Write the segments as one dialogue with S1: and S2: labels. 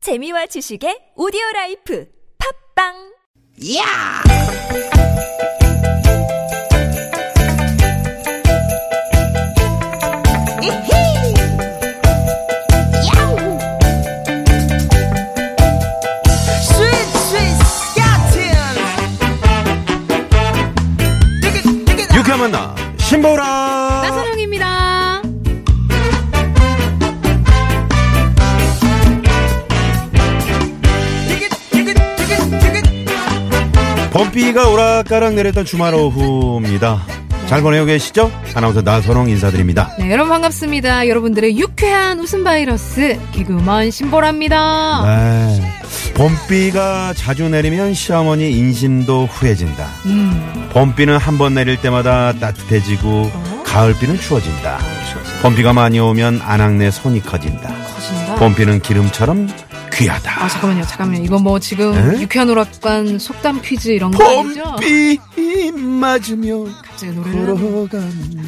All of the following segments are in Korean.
S1: 재미와 지식의 오디오 라이프 팝빵
S2: 야! 이히! 야우! 스윗, 스윗, 스캇틴! 뜨끈, 뜨끈,
S3: 유쾌한 만나 신보라
S4: 나선홍입니다.
S2: 뜨끈, 뜨끈, 뜨끈, 뜨끈.
S3: 범비가 오락가락 내렸던 주말 오후입니다 잘 보내고 계시죠? 아나운서 나선홍 인사드립니다
S4: 네, 여러분 반갑습니다. 여러분들의 유쾌한 웃음 바이러스 개그우먼 신보라입니다.
S3: 네, 범비가 자주 내리면 시어머니 인심도 후해진다
S4: 음.
S3: 범비는 한 번 내릴 때마다 따뜻해지고
S4: 어?
S3: 가을비는 추워진다 범비가 많이 오면 안악내 손이 커진다
S4: 커진다.
S3: 범비는 기름처럼
S4: 어. 아
S3: 귀하다
S4: 잠깐만요, 잠깐만요. 이거 뭐 지금
S3: 에?
S4: 유쾌한 오락관 속담 퀴즈 이런 거 아니죠?
S3: 네? 범비 맞으며
S4: 갑자기 노래를
S3: 걸어간다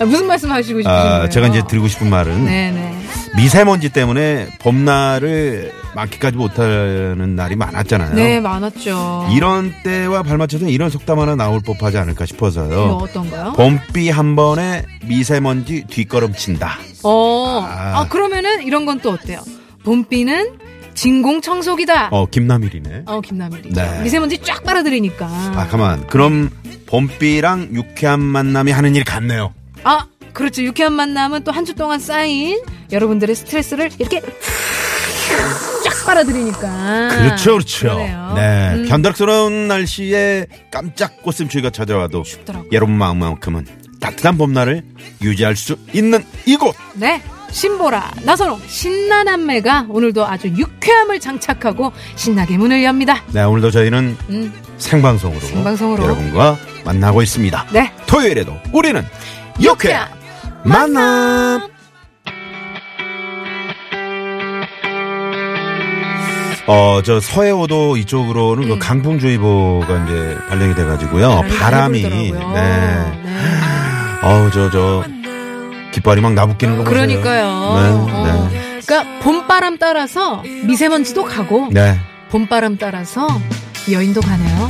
S4: 아, 무슨 말씀하시고 싶으신
S3: 아,
S4: 거예요?
S3: 제가 이제 드리고 싶은 말은
S4: 네네.
S3: 미세먼지 때문에 봄날을 만끽하지 못하는 날이 많았잖아요.
S4: 네 많았죠.
S3: 이런 때와 발맞춰서 이런 속담 하나 나올 법하지 않을까
S4: 이거
S3: 싶어서요.
S4: 네, 어떤가요?
S3: 봄비 한 번에 미세먼지 뒷걸음친다.
S4: 어,
S3: 아.
S4: 아, 그러면은 이런 건 또 어때요? 봄비는 진공 청소기다.
S3: 어, 김남일이네.
S4: 어, 김남일이.
S3: 네.
S4: 미세먼지 쫙 빨아들이니까.
S3: 아, 가만. 그럼 봄비랑 유쾌한 만남이 하는 일 같네요.
S4: 아, 그렇죠. 유쾌한 만남은 또 한 주 동안 쌓인 여러분들의 스트레스를 이렇게 쫙 빨아들이니까.
S3: 그렇죠, 그렇죠.
S4: 그러네요.
S3: 네.
S4: 음.
S3: 변덕스러운 날씨에 깜짝 꽃샘추위가 찾아와도
S4: 춥더라고요.
S3: 여러분 마음만큼은 따뜻한 봄날을 유지할 수 있는 이곳.
S4: 네. 신보라, 나선홍, 신나남매가 오늘도 아주 유쾌함을 장착하고 신나게 문을 엽니다.
S3: 네, 오늘도 저희는
S4: 음,
S3: 생방송으로,
S4: 생방송으로.
S3: 여러분과 만나고 있습니다.
S4: 네.
S3: 토요일에도 우리는 이렇게 만남. 어, 저 서해오도 이쪽으로는
S4: 음.
S3: 그 강풍주의보가 이제 발령이 돼가지고요. 어, 바람이,
S4: 불더라고요.
S3: 네.
S4: 네.
S3: 어우, 저, 저, 깃발이 막 나부끼는 거 보세요.
S4: 그러니까요. 어.
S3: 네, 네.
S4: 그러니까 봄바람 따라서 미세먼지도 가고
S3: 네.
S4: 봄바람 따라서 여인도 가네요.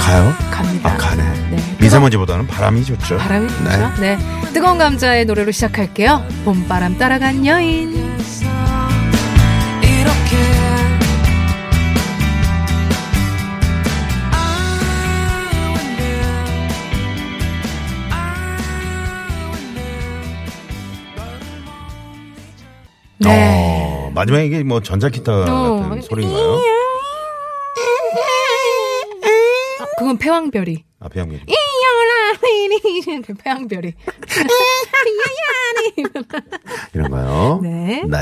S3: 가요?
S4: 갑니다.
S3: 아, 가네.
S4: 네.
S3: 미세먼지보다는 바람이 좋죠.
S4: 바람이 불죠? 네. 뜨거운 감자의 노래로 시작할게요. 봄바람 따라간 여인.
S2: 이렇게
S4: 네.
S3: 어, 마지막에 이게 뭐 전자기타
S4: 어,
S3: 같은 소리인가요?
S4: 아, 그건 패왕별이.
S3: 앞에 한 개.
S4: 이연아이니 패왕별이.
S3: 이런 거요.
S4: 네.
S3: 네.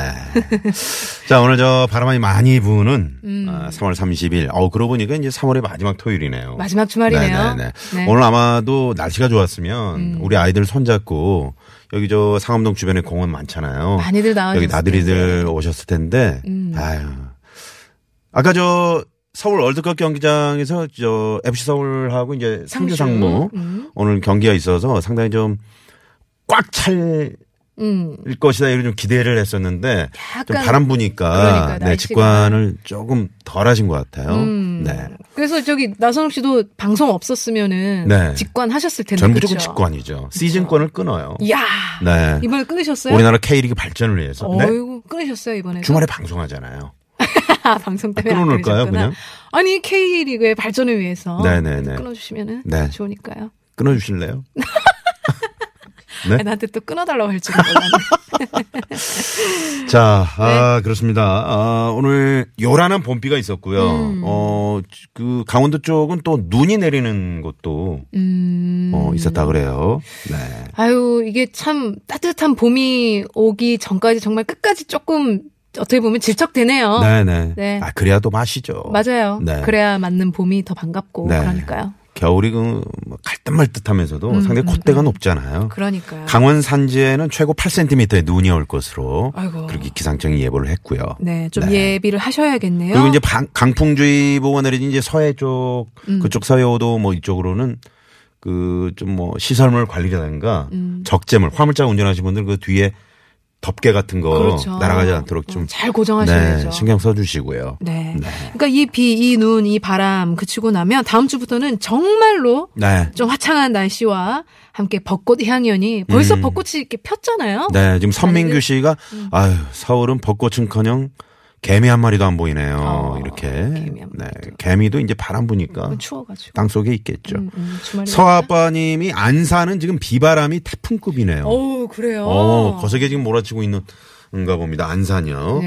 S3: 자, 오늘 저 바람이 많이 부는
S4: 음.
S3: 아, 3월 30일. 어, 그러고 보니까 이제 3월의 마지막 토요일이네요.
S4: 마지막 주말이네요.
S3: 네네네.
S4: 네. 음.
S3: 오늘 아마도 날씨가 좋았으면 우리 아이들 손잡고 여기 저 상암동 주변에 공원 많잖아요.
S4: 많이들 나와주셨을
S3: 여기
S4: 네.
S3: 나들이들 오셨을 텐데.
S4: 음.
S3: 아유. 아까 저 서울 월드컵 경기장에서 저 FC 서울하고 이제 상주
S4: 상주. 음.
S3: 상무 오늘 경기가 있어서 상당히 좀 꽉 찰
S4: 음.
S3: 일 것이다 이런 좀 기대를 했었는데 좀
S4: 약간
S3: 바람 부니까
S4: 그러니까
S3: 네,
S4: 날씨가.
S3: 직관을 조금 덜하신 것 같아요.
S4: 음.
S3: 네.
S4: 그래서 저기 나선욱 씨도 방송 없었으면은
S3: 네.
S4: 직관하셨을 텐데.
S3: 전 무조건
S4: 그렇죠. 그쵸?
S3: 직관이죠. 시즌권을 끊어요.
S4: 이야.
S3: 네.
S4: 이번에 끊으셨어요?
S3: 우리나라 K리그 발전을 위해서 네?
S4: 어이구 끊으셨어요 이번에.
S3: 주말에 방송하잖아요.
S4: 아, 방송 때문에 안
S3: 끊어놓을까요,
S4: 들으셨구나.
S3: 그냥?
S4: 아니 K리그의 발전을 위해서
S3: 네네네.
S4: 끊어주시면은
S3: 네.
S4: 좋으니까요.
S3: 끊어주실래요? 네?
S4: 아니, 나한테 또 끊어달라고 할 줄은 몰랐네.
S3: 자,
S4: 네.
S3: 아, 그렇습니다. 아, 오늘 요란한 봄비가 있었고요.
S4: 음.
S3: 어, 그 강원도 쪽은 또 눈이 내리는 곳도
S4: 음,
S3: 어, 있었다 그래요. 네.
S4: 아유 이게 참 따뜻한 봄이 오기 전까지 정말 끝까지 조금 어떻게 보면 질척되네요.
S3: 네네.
S4: 네.
S3: 아, 그래야 또 맛이죠.
S4: 맞아요.
S3: 네.
S4: 그래야 맞는 봄이 더 반갑고
S3: 네.
S4: 그러니까요.
S3: 겨울이 뭐 그갈듯말듯 하면서도 상당히 콧대가 높잖아요.
S4: 음, 그러니까요.
S3: 강원 산지에는 최고 8cm의 눈이 올 것으로
S4: 아이고.
S3: 그렇게 기상청이 예보를 했고요.
S4: 네, 좀
S3: 네.
S4: 예비를 하셔야겠네요.
S3: 그리고 이제 방- 강풍주의보가 내려진 이제 서해 쪽
S4: 음.
S3: 그쪽 서해오도 뭐 이쪽으로는
S4: 음.
S3: 그 좀 뭐 시설물 관리라든가 적재물 화물차 운전하시는 분들 그 뒤에 덮개 같은 거
S4: 그렇죠.
S3: 날아가지 않도록 좀
S4: 잘 고정하셔야죠.
S3: 네, 신경 써주시고요.
S4: 네. 그러니까 이 비, 이 눈, 이 바람 그치고 나면 다음 주부터는 정말로
S3: 네.
S4: 좀 화창한 날씨와 함께 벚꽃 향연이 벌써 벚꽃이 이렇게 폈잖아요.
S3: 음. 네, 지금 선민규
S4: 아니면-
S3: 씨가
S4: 음.
S3: 아유 서울은 벚꽃은커녕 개미 한 마리도 안 보이네요.
S4: 어,
S3: 이렇게
S4: 개미 한
S3: 네,
S4: 마리도.
S3: 개미도 이제 바람 부니까
S4: 추워가지고.
S3: 땅 속에 있겠죠.
S4: 음, 음, 주말이니까.
S3: 서아빠님이 안산은 지금 비바람이 태풍급이네요.
S4: 어우, 그래요.
S3: 어, 거세게 지금 몰아치고 있는가 봅니다. 안산이요.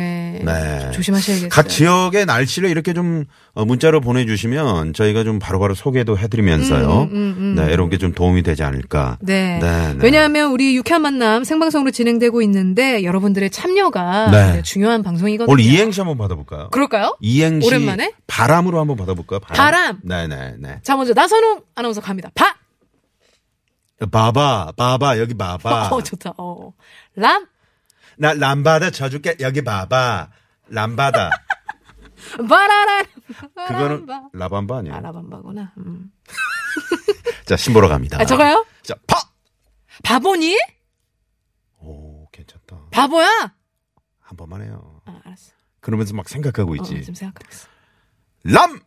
S4: 네. 좀 조심하셔야겠어요.
S3: 각 지역의 날씨를 이렇게 좀 어, 문자로 보내주시면 저희가 좀 바로바로 소개도
S4: 음,
S3: 해드리면서요. 네, 이런 게 좀 도움이 되지 않을까.
S4: 네.
S3: 네, 네.
S4: 왜냐하면 우리 유쾌한 만남 생방송으로 진행되고 있는데 여러분들의 참여가
S3: 네.
S4: 네, 중요한 방송이거든요.
S3: 오늘 이행시 한번 받아볼까요?
S4: 그럴까요?
S3: 이행시
S4: 오랜만에?
S3: 바람으로 한번 받아볼까요?
S4: 바람.
S3: 네네네.
S4: 자, 먼저 나선홍 아나운서 갑니다. 바!
S3: 바바 바바 여기 바바.
S4: 어, 좋다. 어. 람!
S3: 나 람바다 쳐줄게 여기 바바 람바다.
S4: 바라란!
S3: 네. 그거는
S4: 바람바.
S3: 라밤바 아니에요?
S4: 아, 라밤바구나. 음.
S3: 자 심보러 갑니다.
S4: 아, 저가요?
S3: 자 파.
S4: 바보니?
S3: 오 괜찮다.
S4: 바보야?
S3: 한 번만 해요.
S4: 아, 알았어.
S3: 그러면서 막 생각하고
S4: 어,
S3: 있지.
S4: 지금 생각하고 있어.
S3: 람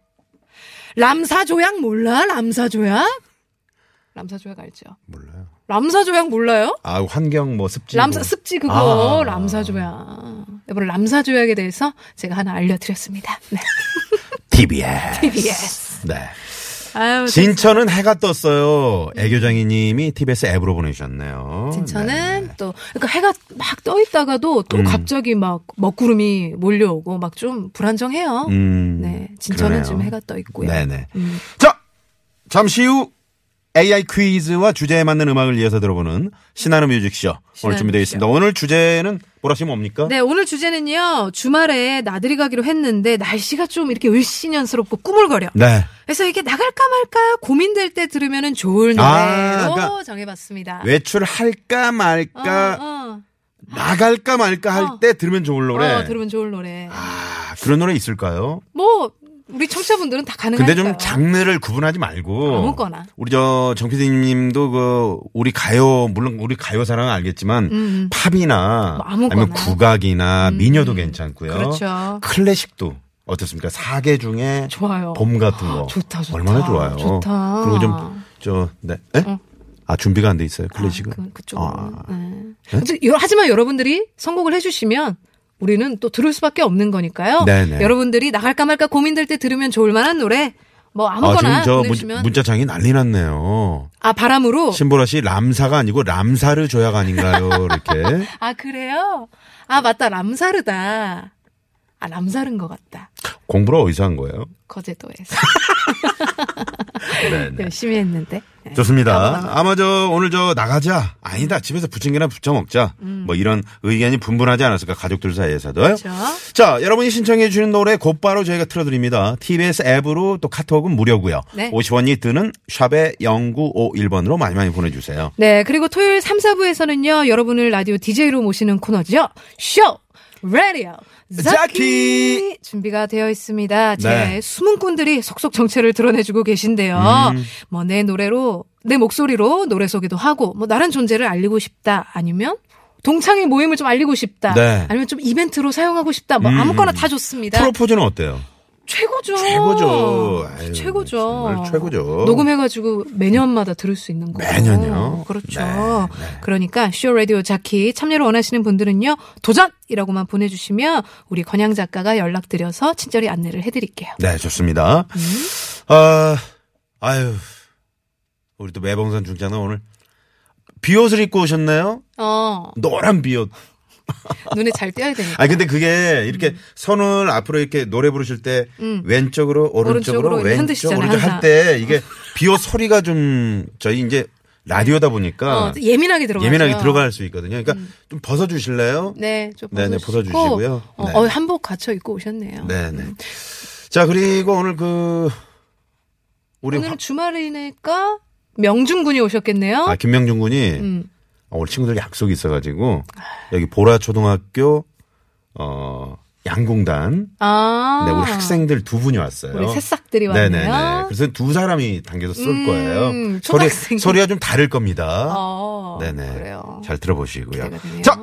S4: 람사조약 몰라? 람사조약? 람사조약 알죠?
S3: 몰라요.
S4: 람사조약 몰라요?
S3: 아 환경 뭐 습지.
S4: 람사
S3: 뭐.
S4: 습지 그거
S3: 아.
S4: 람사조약. 이번 람사조약에 대해서 제가 하나 알려드렸습니다. 네.
S3: TBS.
S4: TBS. 어,
S3: 네.
S4: 아유, 네.
S3: 진천은 해가 떴어요. 애교장이님이 TBS 앱으로 보내주셨네요.
S4: 진천은 또 그러니까 해가 막 떠 있다가도
S3: 음.
S4: 또 갑자기 막 먹구름이 몰려오고 막 좀 불안정해요.
S3: 음,
S4: 네, 진천은
S3: 그러네요.
S4: 지금 해가 떠 있고요. 음.
S3: 네네. 자, 잠시 후 AI 퀴즈와 주제에 맞는 음악을 이어서 들어보는 신나는 뮤직쇼 오늘
S4: 신나는
S3: 준비되어 있습니다. 오늘 주제는 뭐라시 뭡니까?
S4: 네, 오늘 주제는요. 주말에 나들이 가기로 했는데 날씨가 좀 이렇게 을씨년스럽고 꾸물거려.
S3: 네.
S4: 그래서 이게 나갈까 말까 고민될 때 들으면은 좋을 노래로
S3: 아, 그러니까
S4: 정해봤습니다.
S3: 외출할까
S4: 아. 어,
S3: 말까
S4: 어,
S3: 나갈까 말까 할 때 들으면 좋을 노래.
S4: 어, 들으면 좋을 노래.
S3: 아, 그런 노래 있을까요?
S4: 뭐 우리 청취자분들은 다 가능해요.
S3: 근데 좀 장르를 구분하지 말고
S4: 아무거나.
S3: 우리 저정 PD님도 그 우리 가요 물론 우리 가요 사랑은 알겠지만 팝이나
S4: 뭐 음, 아무거나. 음,
S3: 아니면 국악이나 미녀도 괜찮고요.
S4: 그렇죠.
S3: 클래식도 어떻습니까? 사계 중에
S4: 좋아요.
S3: 봄 같은 거
S4: 좋다, 좋다.
S3: 얼마나 좋아요.
S4: 좋다. 어.
S3: 그리고 좀저네 아 준비가 안 돼 있어요 클래식은.
S4: 그, 그쪽.
S3: 아,
S4: 하지만 여러분들이 선곡을 해주시면 우리는 또 들을 수밖에 없는 거니까요.
S3: 네네.
S4: 여러분들이 나갈까 말까 고민될 때 들으면 좋을 만한 노래 뭐
S3: 아, 지금
S4: 아무거나
S3: 저
S4: 보내주시면
S3: 문, 문자창이 난리 났네요.
S4: 아 바람으로
S3: 신보라 씨 람사가 아니고 람사르 조약 아닌가요? 이렇게.
S4: 아 그래요? 아 맞다 람사르다. 아 람사른 것 같다.
S3: 공부를 어디서 한 거예요?
S4: 거제도에서
S3: 네, 네.
S4: 열심히 했는데. 네.
S3: 좋습니다. 아마 저 오늘 저 나가자 아니다 집에서 부침개나 부쳐 먹자 뭐 이런 의견이 분분하지 않았을까 가족들 사이에서도요.
S4: 음. 그렇죠.
S3: 자 여러분이 신청해 주는 노래 곧바로 저희가 틀어드립니다. TBS 앱으로 또 카톡은 무료고요.
S4: 네.
S3: 50원이 드는 샵의 0951번으로 많이 많이 보내주세요.
S4: 네, 그리고 토요일 3, 4부에서는요, 여러분을 라디오 DJ로 모시는 코너죠. 쇼! 라디오!
S3: 자키!
S4: 자키! 준비가 되어 있습니다. 제
S3: 네.
S4: 수문꾼들이 속속 정체를 드러내주고 계신데요.
S3: 음.
S4: 뭐, 내 노래로, 내 목소리로 노래 소개도 하고, 뭐, 나란 존재를 알리고 싶다. 아니면, 동창회 모임을 좀 알리고 싶다.
S3: 네. 음.
S4: 아니면 좀 이벤트로 사용하고 싶다. 뭐, 아무거나 다 좋습니다.
S3: 프로포즈는 어때요?
S4: 최고죠.
S3: 최고죠. 아유,
S4: 최고죠.
S3: 정말 최고죠.
S4: 녹음해가지고 매년마다 들을 수 있는 거고.
S3: 매년요?
S4: 그렇죠.
S3: 네,
S4: 그러니까 쇼 라디오 자키 참여를 원하시는 분들은요 도전이라고만 보내주시면 우리 권양 작가가 연락드려서 친절히 안내를 해드릴게요.
S3: 네 좋습니다.
S4: 음.
S3: 아 아유 우리 또 매봉산 중장은 오늘 비옷을 입고 오셨나요?
S4: 어
S3: 노란 비옷.
S4: 눈에 잘 띄어야 되니까.
S3: 아 근데 그게 이렇게
S4: 음.
S3: 선을 앞으로 이렇게 노래 부르실 때 왼쪽으로 오른쪽으로,
S4: 오른쪽으로 이렇게
S3: 왼쪽
S4: 흔드시잖아요,
S3: 오른쪽
S4: 항상.
S3: 할 때 이게 비오 소리가 좀 저희 이제 라디오다 보니까
S4: 어, 예민하게 들어가.
S3: 아, 예민하게 들어갈 수 있거든요. 그러니까 좀 벗어 주실래요?
S4: 네, 좀
S3: 네네, 벗어주시고요.
S4: 어,
S3: 네.
S4: 어, 한복 갖춰 입고 오셨네요.
S3: 네, 네. 자, 그리고 오늘 그 우리
S4: 오늘
S3: 화-
S4: 은 주말이니까 명중군이 오셨겠네요.
S3: 아 김명준 군이
S4: 음.
S3: 어, 오늘 친구들 약속이 있어 가지고 여기 보라 초등학교 어 양궁단
S4: 아,
S3: 네, 우리 학생들 두 분이 왔어요.
S4: 우리 새싹들이
S3: 네네네.
S4: 왔네요.
S3: 그래서 두 사람이 당겨서 쏠
S4: 음,
S3: 거예요. 소리,
S4: 초등학생이.
S3: 소리가 좀 다를 겁니다.
S4: 어,
S3: 네네.
S4: 그래요.
S3: 잘 들어보시고요.
S4: 기대가 되네요.
S3: 자,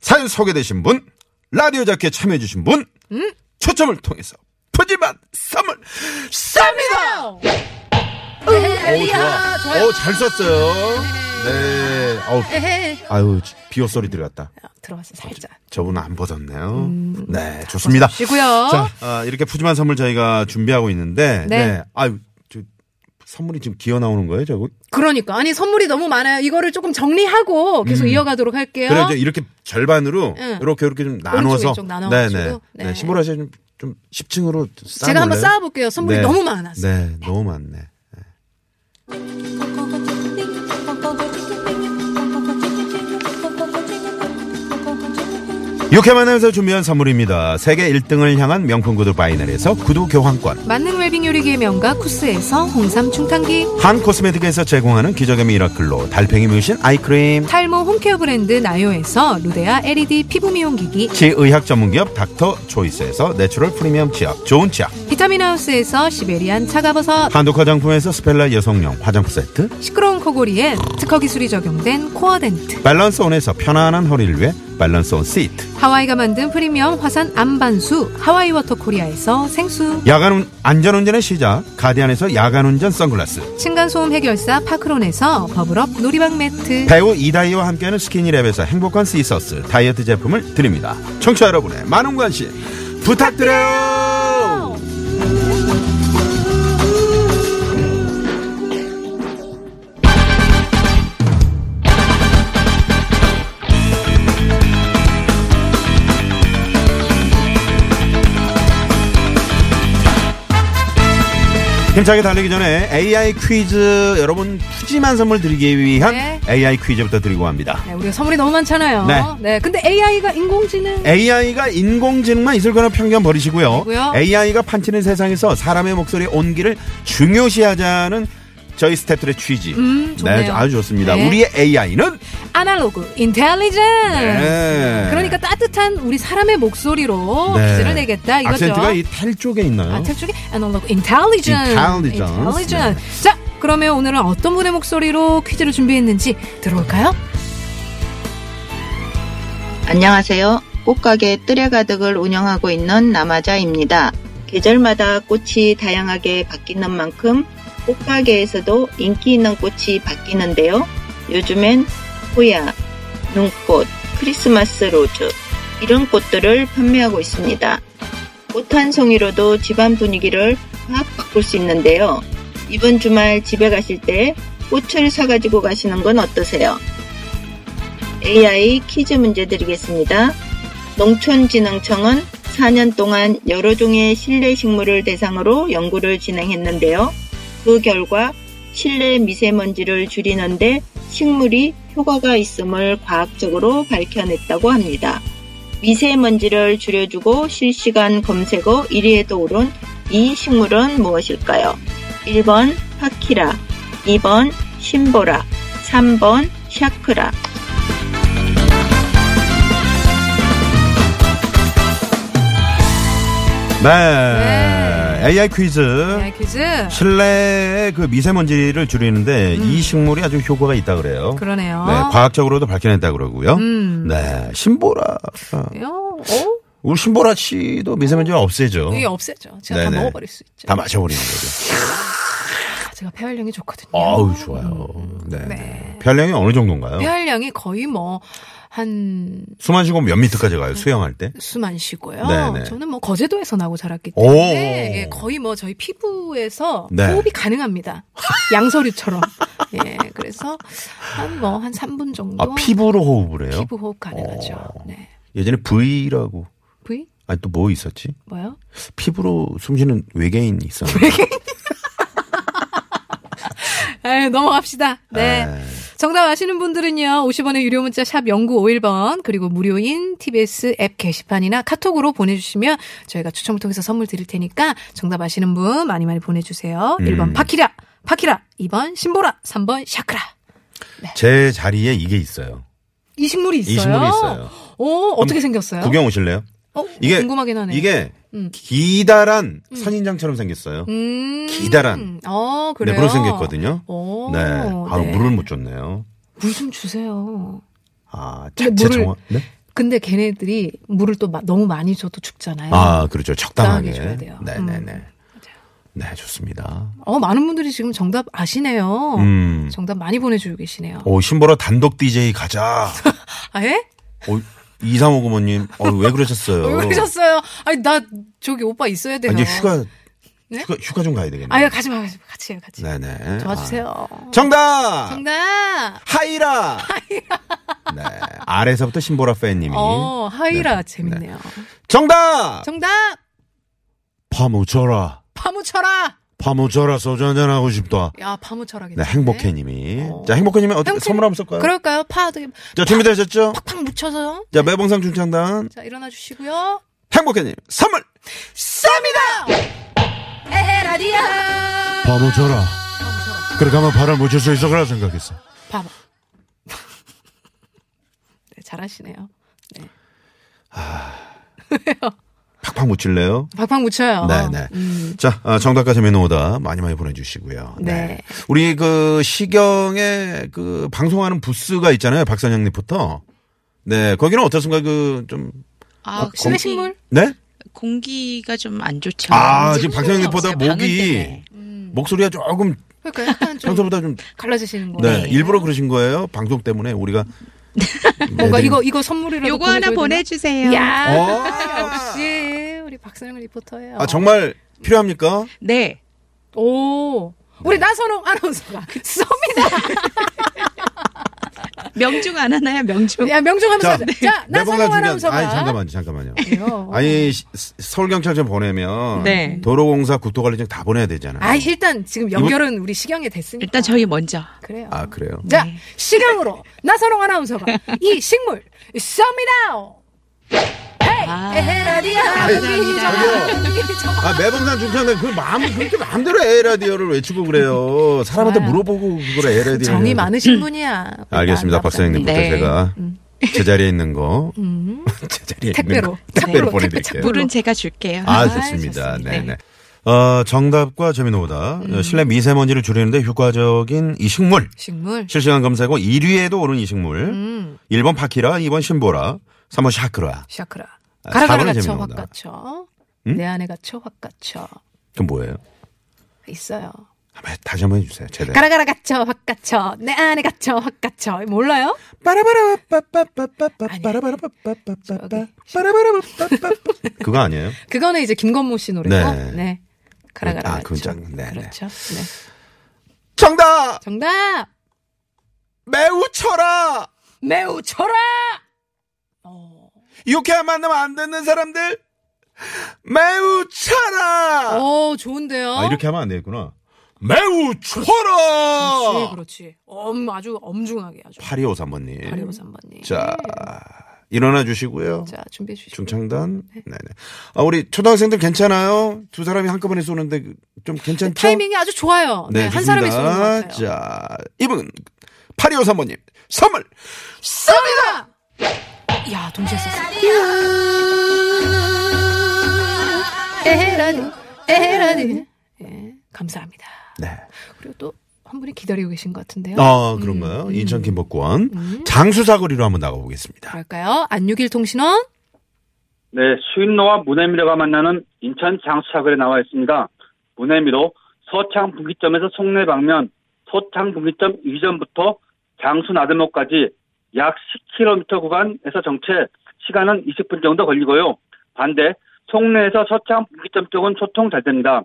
S3: 사연 소개되신 분, 라디오 작게 참여해주신 분,
S4: 음?
S3: 추첨을 통해서 푸짐한 선물 쌉니다!
S4: 네,
S3: 오, 좋아. 오, 잘 썼어요. 네. 아우,
S4: 에헤.
S3: 아유, 비호 소리 들어갔다.
S4: 들어왔어 살짝.
S3: 저분은 안 벗었네요.
S4: 음.
S3: 네, 좋습니다.
S4: 쉬고요.
S3: 자, 아, 이렇게 푸짐한 선물 저희가 준비하고 있는데,
S4: 어? 네.
S3: 네. 아유, 저, 선물이 지금 기어 나오는 거예요, 저거?
S4: 그러니까 아니 선물이 너무 많아요. 이거를 조금 정리하고 계속 이어가도록 할게요.
S3: 음. 그래, 이제 이렇게 절반으로,
S4: 응.
S3: 이렇게, 이렇게 좀 나눠서.
S4: 왼쪽 나눠가지고.
S3: 네네.
S4: 네.
S3: 네, 시보라 씨 좀, 좀 10층으로 쌓아
S4: 제가 한번 쌓아볼게요. 선물이 너무 많았어요.
S3: 네, 너무 많네. 육회 만나면서 준비한 선물입니다. 세계 1등을 향한 명품 구두 바이널에서 구두 교환권.
S4: 만능 웰빙 요리기의 명가 쿠스에서 홍삼 충탄기
S3: 한 코스메틱에서 제공하는 기적의 미라클로 달팽이 뮤신 아이크림.
S4: 탈모 홈케어 브랜드 나요에서 루데아 LED 피부 미용기기
S3: 치의학 전문기업 닥터 초이스에서 내추럴 프리미엄 치약, 좋은 치약.
S4: 비타민 하우스에서 시베리안 차가버섯
S3: 한독 화장품에서 스펠라 여성용 화장품 세트.
S4: 시끄러운 코골이에 특허 기술이 적용된 코어 덴트
S3: 밸런스 온에서 편안한 허리를 위해 밸런스 온 시트.
S4: 하와이가 만든 프리미엄 화산 안반수 하와이 워터 코리아에서 생수
S3: 야간 운- 안전운전의 시작. 가디안에서 야간운전 선글라스.
S4: 층간소음 해결사 파크론에서 버블업 놀이방 매트
S3: 배우 이다희와 함께하는 스키니랩에서 행복한 시서스 다이어트 제품을 드립니다. 청취자 여러분의 많은 관심 부탁드려요. 힘차게 달리기 전에 AI 퀴즈 여러분 푸짐한 선물 드리기 위한
S4: 네.
S3: AI 퀴즈부터 드리고 합니다.
S4: 네, 우리가 선물이 너무 많잖아요
S3: 네.
S4: 근데 AI가 인공지능
S3: AI가 인공지능만 있을 거라 편견 버리시고요.
S4: 그리고요.
S3: AI가 판치는 세상에서 사람의 목소리의 온기를 중요시하자는 저희 스태프들의 취지.
S4: 음, 좋네요.
S3: 네, 아주 좋습니다.
S4: 네.
S3: 우리의 AI는
S4: 아날로그 인텔리젠스 네.
S3: 네.
S4: 그러니까 따뜻한 우리 사람의 목소리로 퀴즈를 내겠다 이거죠
S3: 악센트가 이 탈 쪽에 있나요?
S4: 아, 탈출기 아날로그 인텔리전.
S3: Intelligence. 네.
S4: 자, 그러면 오늘은 어떤 분의 목소리로 퀴즈를 준비했는지 들어볼까요?
S5: 안녕하세요. 꽃가게 뜰에 가득을 운영하고 있는 남아자입니다. 계절마다 꽃이 다양하게 바뀌는 만큼 꽃가게에서도 인기 있는 꽃이 바뀌는데요. 요즘엔 호야, 눈꽃, 크리스마스 로즈 이런 꽃들을 판매하고 있습니다. 꽃 한 송이로도 집안 분위기를 확 바꿀 수 있는데요. 이번 주말 집에 가실 때 꽃을 사가지고 가시는 건 어떠세요? AI 퀴즈 문제 드리겠습니다. 농촌진흥청은 4년 동안 여러 종의 실내 식물을 대상으로 연구를 진행했는데요. 그 결과 실내 미세먼지를 줄이는데 식물이 효과가 있음을 과학적으로 밝혀냈다고 합니다. 미세먼지를 줄여주고 실시간 검색어 1위에도 오른 이 식물은 무엇일까요? 1번 파키라, 2번 심보라, 3번 샤크라.
S3: 네.
S4: 네.
S3: AI 퀴즈.
S4: 네, 퀴즈.
S3: 실내의 그 미세먼지를 줄이는데
S4: 음.
S3: 이 식물이 아주 효과가 있다 그래요.
S4: 그러네요.
S3: 네, 과학적으로도 밝혀냈다 그러고요.
S4: 아. 음.
S3: 네, 신보라. 어,
S4: 요, 어?
S3: 우리 신보라 씨도 미세먼지 없애죠.
S4: 이게 없애죠. 제가 다
S3: 네네.
S4: 먹어버릴 수 있죠. 아,
S3: 다 마셔버리는 거죠.
S4: 제가 폐활량이 좋거든요.
S3: 아우 좋아요. 네. 네. 량이 어느 정도인가요?
S4: 폐활량이 거의 뭐 한
S3: 숨 안 쉬고 몇 미터까지 가요? 수영할 때?
S4: 수만 쉬고요.
S3: 네네.
S4: 저는 뭐 거제도에서 나고 자랐기
S3: 오.
S4: 때문에 예, 거의 뭐 저희 피부에서
S3: 네.
S4: 호흡이 가능합니다. 양서류처럼. 예, 그래서 한 뭐 한 삼 분 정도
S3: 아 피부로 호흡을 해요? 어.
S4: 피부 호흡 가능하죠. 네.
S3: 예전에 V라고
S4: V
S3: 아니 또 뭐 있었지?
S4: 뭐요?
S3: 피부로 숨쉬는 외계인 있었는데.
S4: 에 아, 넘어갑시다. 네. 정답 아시는 분들은요. 50원의 유료 문자 샵 0951번 그리고 무료인 TBS 앱 게시판이나 카톡으로 보내주시면 저희가 추첨을 통해서 선물 드릴 테니까 정답 아시는 분 많이 많이 보내주세요.
S3: 음.
S4: 1번 파키라 파키라 2번 심보라 3번 샤크라
S3: 네. 제 자리에 이게 있어요.
S4: 이 식물이 있어요?
S3: 이 식물이 있어요. 음,
S4: 어, 어떻게 생겼어요?
S3: 구경 오실래요?
S4: 어,
S3: 이게-
S4: 궁금하긴 하네요.
S3: 이게
S4: 음.
S3: 기다란 선인장처럼 생겼어요.
S4: 음.
S3: 기다란.
S4: 어,
S3: 네,
S4: 그래요?
S3: 그런 생겼거든요.
S4: 오,
S3: 네. 아,
S4: 네.
S3: 물을 못 줬네요.
S4: 물좀 주세요.
S3: 아,
S4: 근데
S3: 자체
S4: 물을-
S3: 정화. 네?
S4: 근데 걔네들이 물을 또 마- 너무 많이 줘도 죽잖아요.
S3: 아, 그렇죠. 적당하게.
S4: 적당하게 줘야 돼요.
S3: 네네네.
S4: 음,
S3: 네, 좋습니다.
S4: 어, 많은 분들이 지금 정답 아시네요.
S3: 음. 어.
S4: 정답 많이 보내주고 계시네요.
S3: 오, 신보라 단독 DJ 가자.
S4: 아, 예?
S3: 어, 2359번님, 어, 왜 그러셨어요?
S4: 왜 그러셨어요? 아니, 나 저기 오빠 있어야 돼요.
S3: 아, 이제 휴가,
S4: 네?
S3: 휴가, 휴가 좀 가야 되겠네요.
S4: 아유, 가지 마, 가지 마. 같이 해요, 같이.
S3: 네네.
S4: 도와주세요.
S3: 아. 정답!
S4: 정답!
S3: 하이라! 네. 아래서부터 신보라 팬님이.
S4: 어, 하이라.
S3: 네. 아.
S4: 재밌네요.
S3: 정답!
S4: 정답!
S3: 파묻혀라.
S4: 파묻혀라!
S3: 파묻혀라. 소주 한잔 하고 싶다.
S4: 야, 파묻혀라.
S3: 네,
S4: 괜찮네.
S3: 행복해님이.
S4: 어.
S3: 자, 행복해님이 어떻게
S4: 행복해-
S3: 선물 한번 쏠까요?
S4: 네. 그럴까요? 파, 어떻게
S3: 자, 준비되셨죠?
S4: 팍팍 묻혀서.
S3: 자, 매봉상 중창단.
S4: 자, 일어나 주시고요.
S3: 행복해님, 선물!
S4: 에헤라디아!
S3: 파묻혀라. 그렇게 하면 발을 묻힐 수 있어. 그라 생각했어.
S4: 봐봐. 네, 잘하시네요.
S3: 팍팍 묻힐래요?
S4: 팍팍
S6: 어.
S4: 묻혀요.
S3: 네네.
S4: 음.
S3: 자, 아, 정답과 재미있는 오다 많이 많이 보내주시고요. 네.
S4: 네.
S3: 우리 그 시경에 그 방송하는 부스가 있잖아요. 박선영 리포터. 네. 거기는 어떻습니까? 그 좀,
S6: 아,
S4: 실내 식물?
S3: 네?
S6: 공기가 좀 안 좋죠.
S3: 아,
S6: 이제 뭐
S3: 지금 박상현
S6: 없어요.
S3: 리포터
S6: 방은
S3: 목이
S6: 때문에.
S3: 목소리가 조금
S4: 그러니까 약간 좀
S3: 평소보다 좀,
S4: 갈라지시는 거예요.
S3: 네. 일부러 그러신 거예요. 방송 때문에 우리가.
S4: 뭔가
S3: 애들이-
S4: 이거 이거 선물이라도
S6: 요거 하나
S4: 보내줘야
S6: 보내주세요.
S4: 되나? 야,
S3: 어?
S4: 역시 우리 박선영 리포터예요.
S3: 아, 정말 필요합니까?
S6: 네.
S4: 오. 우리 나선홍 아나운서가
S6: 그
S4: 쏩니다.
S6: 명중 안 하나요, 명중?
S4: 야 명중하면서 자, 자
S3: 내봉나
S4: 나선홍
S3: 중간.
S4: 아나운서가 네.
S3: 아니, 잠깐만요, 잠깐만요.
S4: 요
S3: 아니, 시- 시- 서울경찰청 보내면.
S6: 네.
S3: 도로공사 국토관리청 다 보내야 되잖아요.
S4: 아 일단 지금 연결은 우리 시경에 됐으니까
S6: 일단 저희 네. 먼저.
S4: 그래요.
S3: 아, 그래요?
S4: 자 시경으로 나선홍 아나운서가 이 식물 쏩니다.
S6: 아,
S4: 에헤라디아
S6: 감사합니다.
S3: 아, 매봉산 중창단 그 마음 그렇게 마음대로 에라디오를 외치고 그래요. 사람한테
S4: 좋아요.
S3: 물어보고 그걸 에라디오.
S4: 정이 아, 많으신 분이야.
S3: 알겠습니다. 박사님부터
S6: 네.
S3: 제가 제자리에 있는 거
S4: 음.
S3: 제자리에
S4: 택배로.
S3: 있는 거 택배로
S4: 택배로,
S3: 보내드릴게요.
S4: 택배
S6: 물은 제가 줄게요.
S3: 아,
S4: 아,
S3: 좋습니다.
S4: 좋습니다.
S3: 네, 네. 어, 정답과 재미는 오다. 어, 실내 미세먼지를 줄이는데 효과적인 이 식물.
S4: 식물.
S3: 실시간 검색어 1위에도 오른 이 식물.
S4: 음.
S3: 1번 파키라, 2번 심보라, 3번 샤크라.
S4: 샤크라.
S3: 아,
S4: 가라가라
S3: 사과는
S4: 갇혀
S3: 재미없나?
S4: 확 갇혀. 내 안에 갇혀 확 갇혀.
S3: 그럼 뭐예요?
S4: 있어요.
S3: 한번 해- 다시 한번 해주세요. 제대로.
S4: 가라가라 갇혀 확 갇혀. 내 안에 갇혀 확 갇혀. 몰라요?
S3: 그거 아니에요?
S4: 그거는 이제 김건모 씨 노래고.
S3: 네.
S4: 네. 가라가라
S3: 아,
S4: 갇혀.
S3: 그건 짱- 네, 네.
S4: 그렇죠. 네.
S3: 정답!
S4: 정답.
S3: 매우 쳐라!
S4: 매우 쳐라. 어.
S3: 유쾌한 만남 안 듣는 사람들! 매우 쳐라!
S4: 어, 좋은데요.
S3: 아, 이렇게 하면 안 되겠구나. 매우 쳐라!
S4: 음, 그렇지, 그렇지. 엄 아주 엄중하게 아주.
S3: 8253번님.
S4: 8553번님.
S3: 자, 일어나 주시고요.
S4: 네. 자, 준비해 주시고.
S3: 중창단. 네네. 아, 우리 초등학생들 괜찮아요? 두 사람이 한꺼번에 쏘는데 좀 괜찮죠?
S4: 네, 타이밍이 아주 좋아요. 네, 한 사람이 쏘는 것
S3: 좋습니다.
S4: 같아요.
S3: 자, 이분 8253번님 선물 쏩니다.
S4: 야, 동시에 썼어. 에헤라니, 에헤라니. 예, 감사합니다.
S3: 네.
S4: 그리고 또 한 분이 기다리고 계신 것 같은데요.
S3: 아, 그런가요?
S4: 음.
S3: 인천 김복권 장수사거리로 한번 나가보겠습니다.
S4: 그럴까요? 안유길 통신원.
S7: 네, 수인로와 문해미로가 만나는 인천 장수사거리에 나와 있습니다. 문해미로 서창 분기점에서 송내 방면, 서창 분기점 이전부터 장수 나들목까지 약 10km 구간에서 정체, 시간은 20분 정도 걸리고요. 반대, 송내에서 서창 분기점 쪽은 소통 잘 됩니다.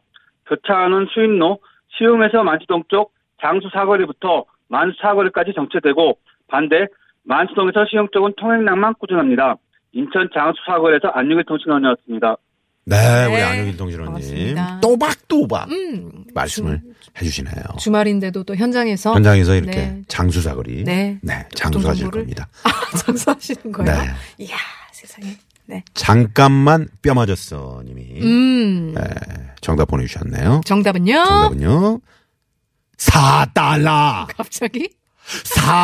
S7: 교차하는 수인로, 시흥에서 만수동 쪽 장수사거리부터 만수사거리까지 정체되고, 반대, 만수동에서 시흥 쪽은 통행량만 꾸준합니다. 인천 장수사거리에서 안유길 통신원이었습니다.
S3: 네, 우리
S4: 네.
S3: 안효길 동신원님
S4: 반갑습니다.
S3: 또박또박
S4: 음.
S3: 말씀을 해주시네요.
S4: 주말인데도 또 현장에서
S3: 현장에서 이렇게
S4: 네.
S3: 장수사거리, 네,
S4: 네.
S3: 장수하실
S4: 정보를-
S3: 겁니다.
S4: 아, 장수하시는 거예요?
S3: 네.
S4: 이야, 세상에. 네.
S3: 잠깐만 뼈 맞았어님이
S4: 음.
S3: 네, 정답 보내주셨네요.
S4: 정답은요?
S3: 정답은요. 사달라,
S4: 갑자기?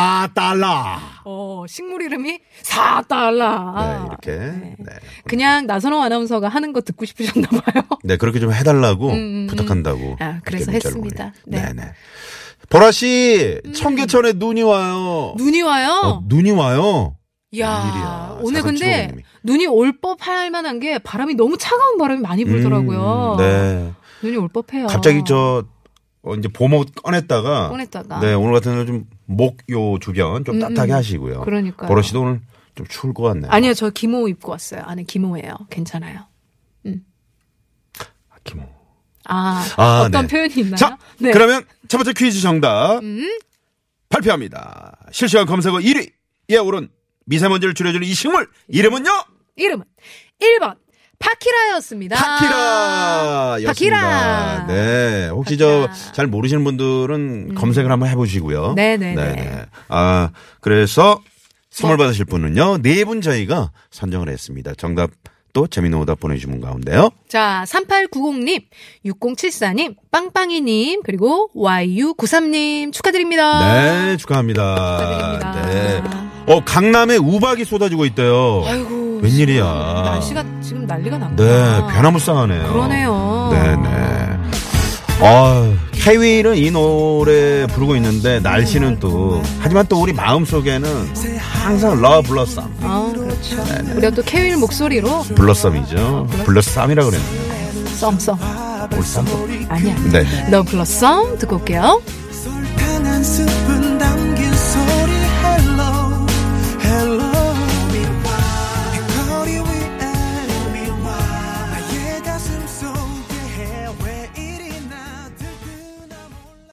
S3: 사달라.
S4: 어, 식물 이름이 4달러.
S3: 네, 이렇게. 네.
S4: 아, 그냥 나선호 아나운서가 하는 거 듣고 싶으셨나 봐요.
S3: 네, 그렇게 좀 해달라고
S4: 음, 음.
S3: 부탁한다고.
S4: 아, 그래서
S3: 이렇게 문자를
S4: 했습니다.
S3: 보내-
S4: 네.
S3: 네, 네. 보라 씨, 청계천에 눈이 와요.
S4: 눈이 와요.
S3: 어, 눈이 와요.
S4: 야
S3: 웬일이야.
S4: 오늘 근데
S3: 4375 님이.
S4: 눈이 올 법할 만한 게 바람이 너무 차가운 바람이 많이 불더라고요.
S3: 음, 네.
S4: 눈이 올 법해요.
S3: 갑자기 저 어, 이제 보옷 꺼냈다가
S4: 꺼냈다가.
S3: 네 오늘 같은 날 좀 목 요 주변 좀
S4: 음,
S3: 따뜻하게
S4: 음.
S3: 하시고요.
S4: 그러니까요.
S3: 보라 씨도 오늘 좀 추울 것 같네요.
S4: 아니요 저 기모 입고 왔어요. 안에 기모예요. 괜찮아요.
S3: 아, 김호.
S4: 아,
S3: 아,
S4: 어떤
S3: 네.
S4: 표현이 있나요?
S3: 자
S4: 네. 음.
S3: 그러면 첫 번째 퀴즈 정답 발표합니다. 실시간 검색어 1위에 오른 미세먼지를 줄여주는 이 식물 이름은요?
S4: 이름은 1번 파키라였습니다.
S3: 파키라.
S4: 파키라.
S3: 네. 혹시
S4: 파키라. 음.
S3: 저 잘 모르시는 분들은 검색을 한번 해보시고요.
S4: 네네네.
S3: 아, 그래서 선물 받으실 분은요. 네 분 저희가 선정을 했습니다. 정답 또 재미있는 오답 보내주신 분 가운데요.
S4: 자, 3890님, 6074님, 빵빵이님, 그리고 YU93님 축하드립니다.
S3: 네. 축하합니다.
S4: 아. 축하드립니다.
S3: 네. 어, 강남에 우박이 쏟아지고 있대요.
S4: 아이고.
S3: 웬일이야.
S4: 지금 날씨가 지금 난리가 났구나.
S3: 네. 변화무쌍하네요.
S4: 아, 그러네요.
S3: 네네. 아, 케윌은 이 노래 부르고 있는데 날씨는 또 하지만 또 우리 마음 속에는 항상 러브 블러썸
S4: 아, 그렇죠. 우리가 또 케윌 목소리로
S3: 블러썸이죠. 블러썸이라고 그랬는데
S4: 썸썸.
S3: 울산
S4: 아니야.
S3: 네.
S4: 러블러썸 듣고 올게요.
S2: 설탕 한숟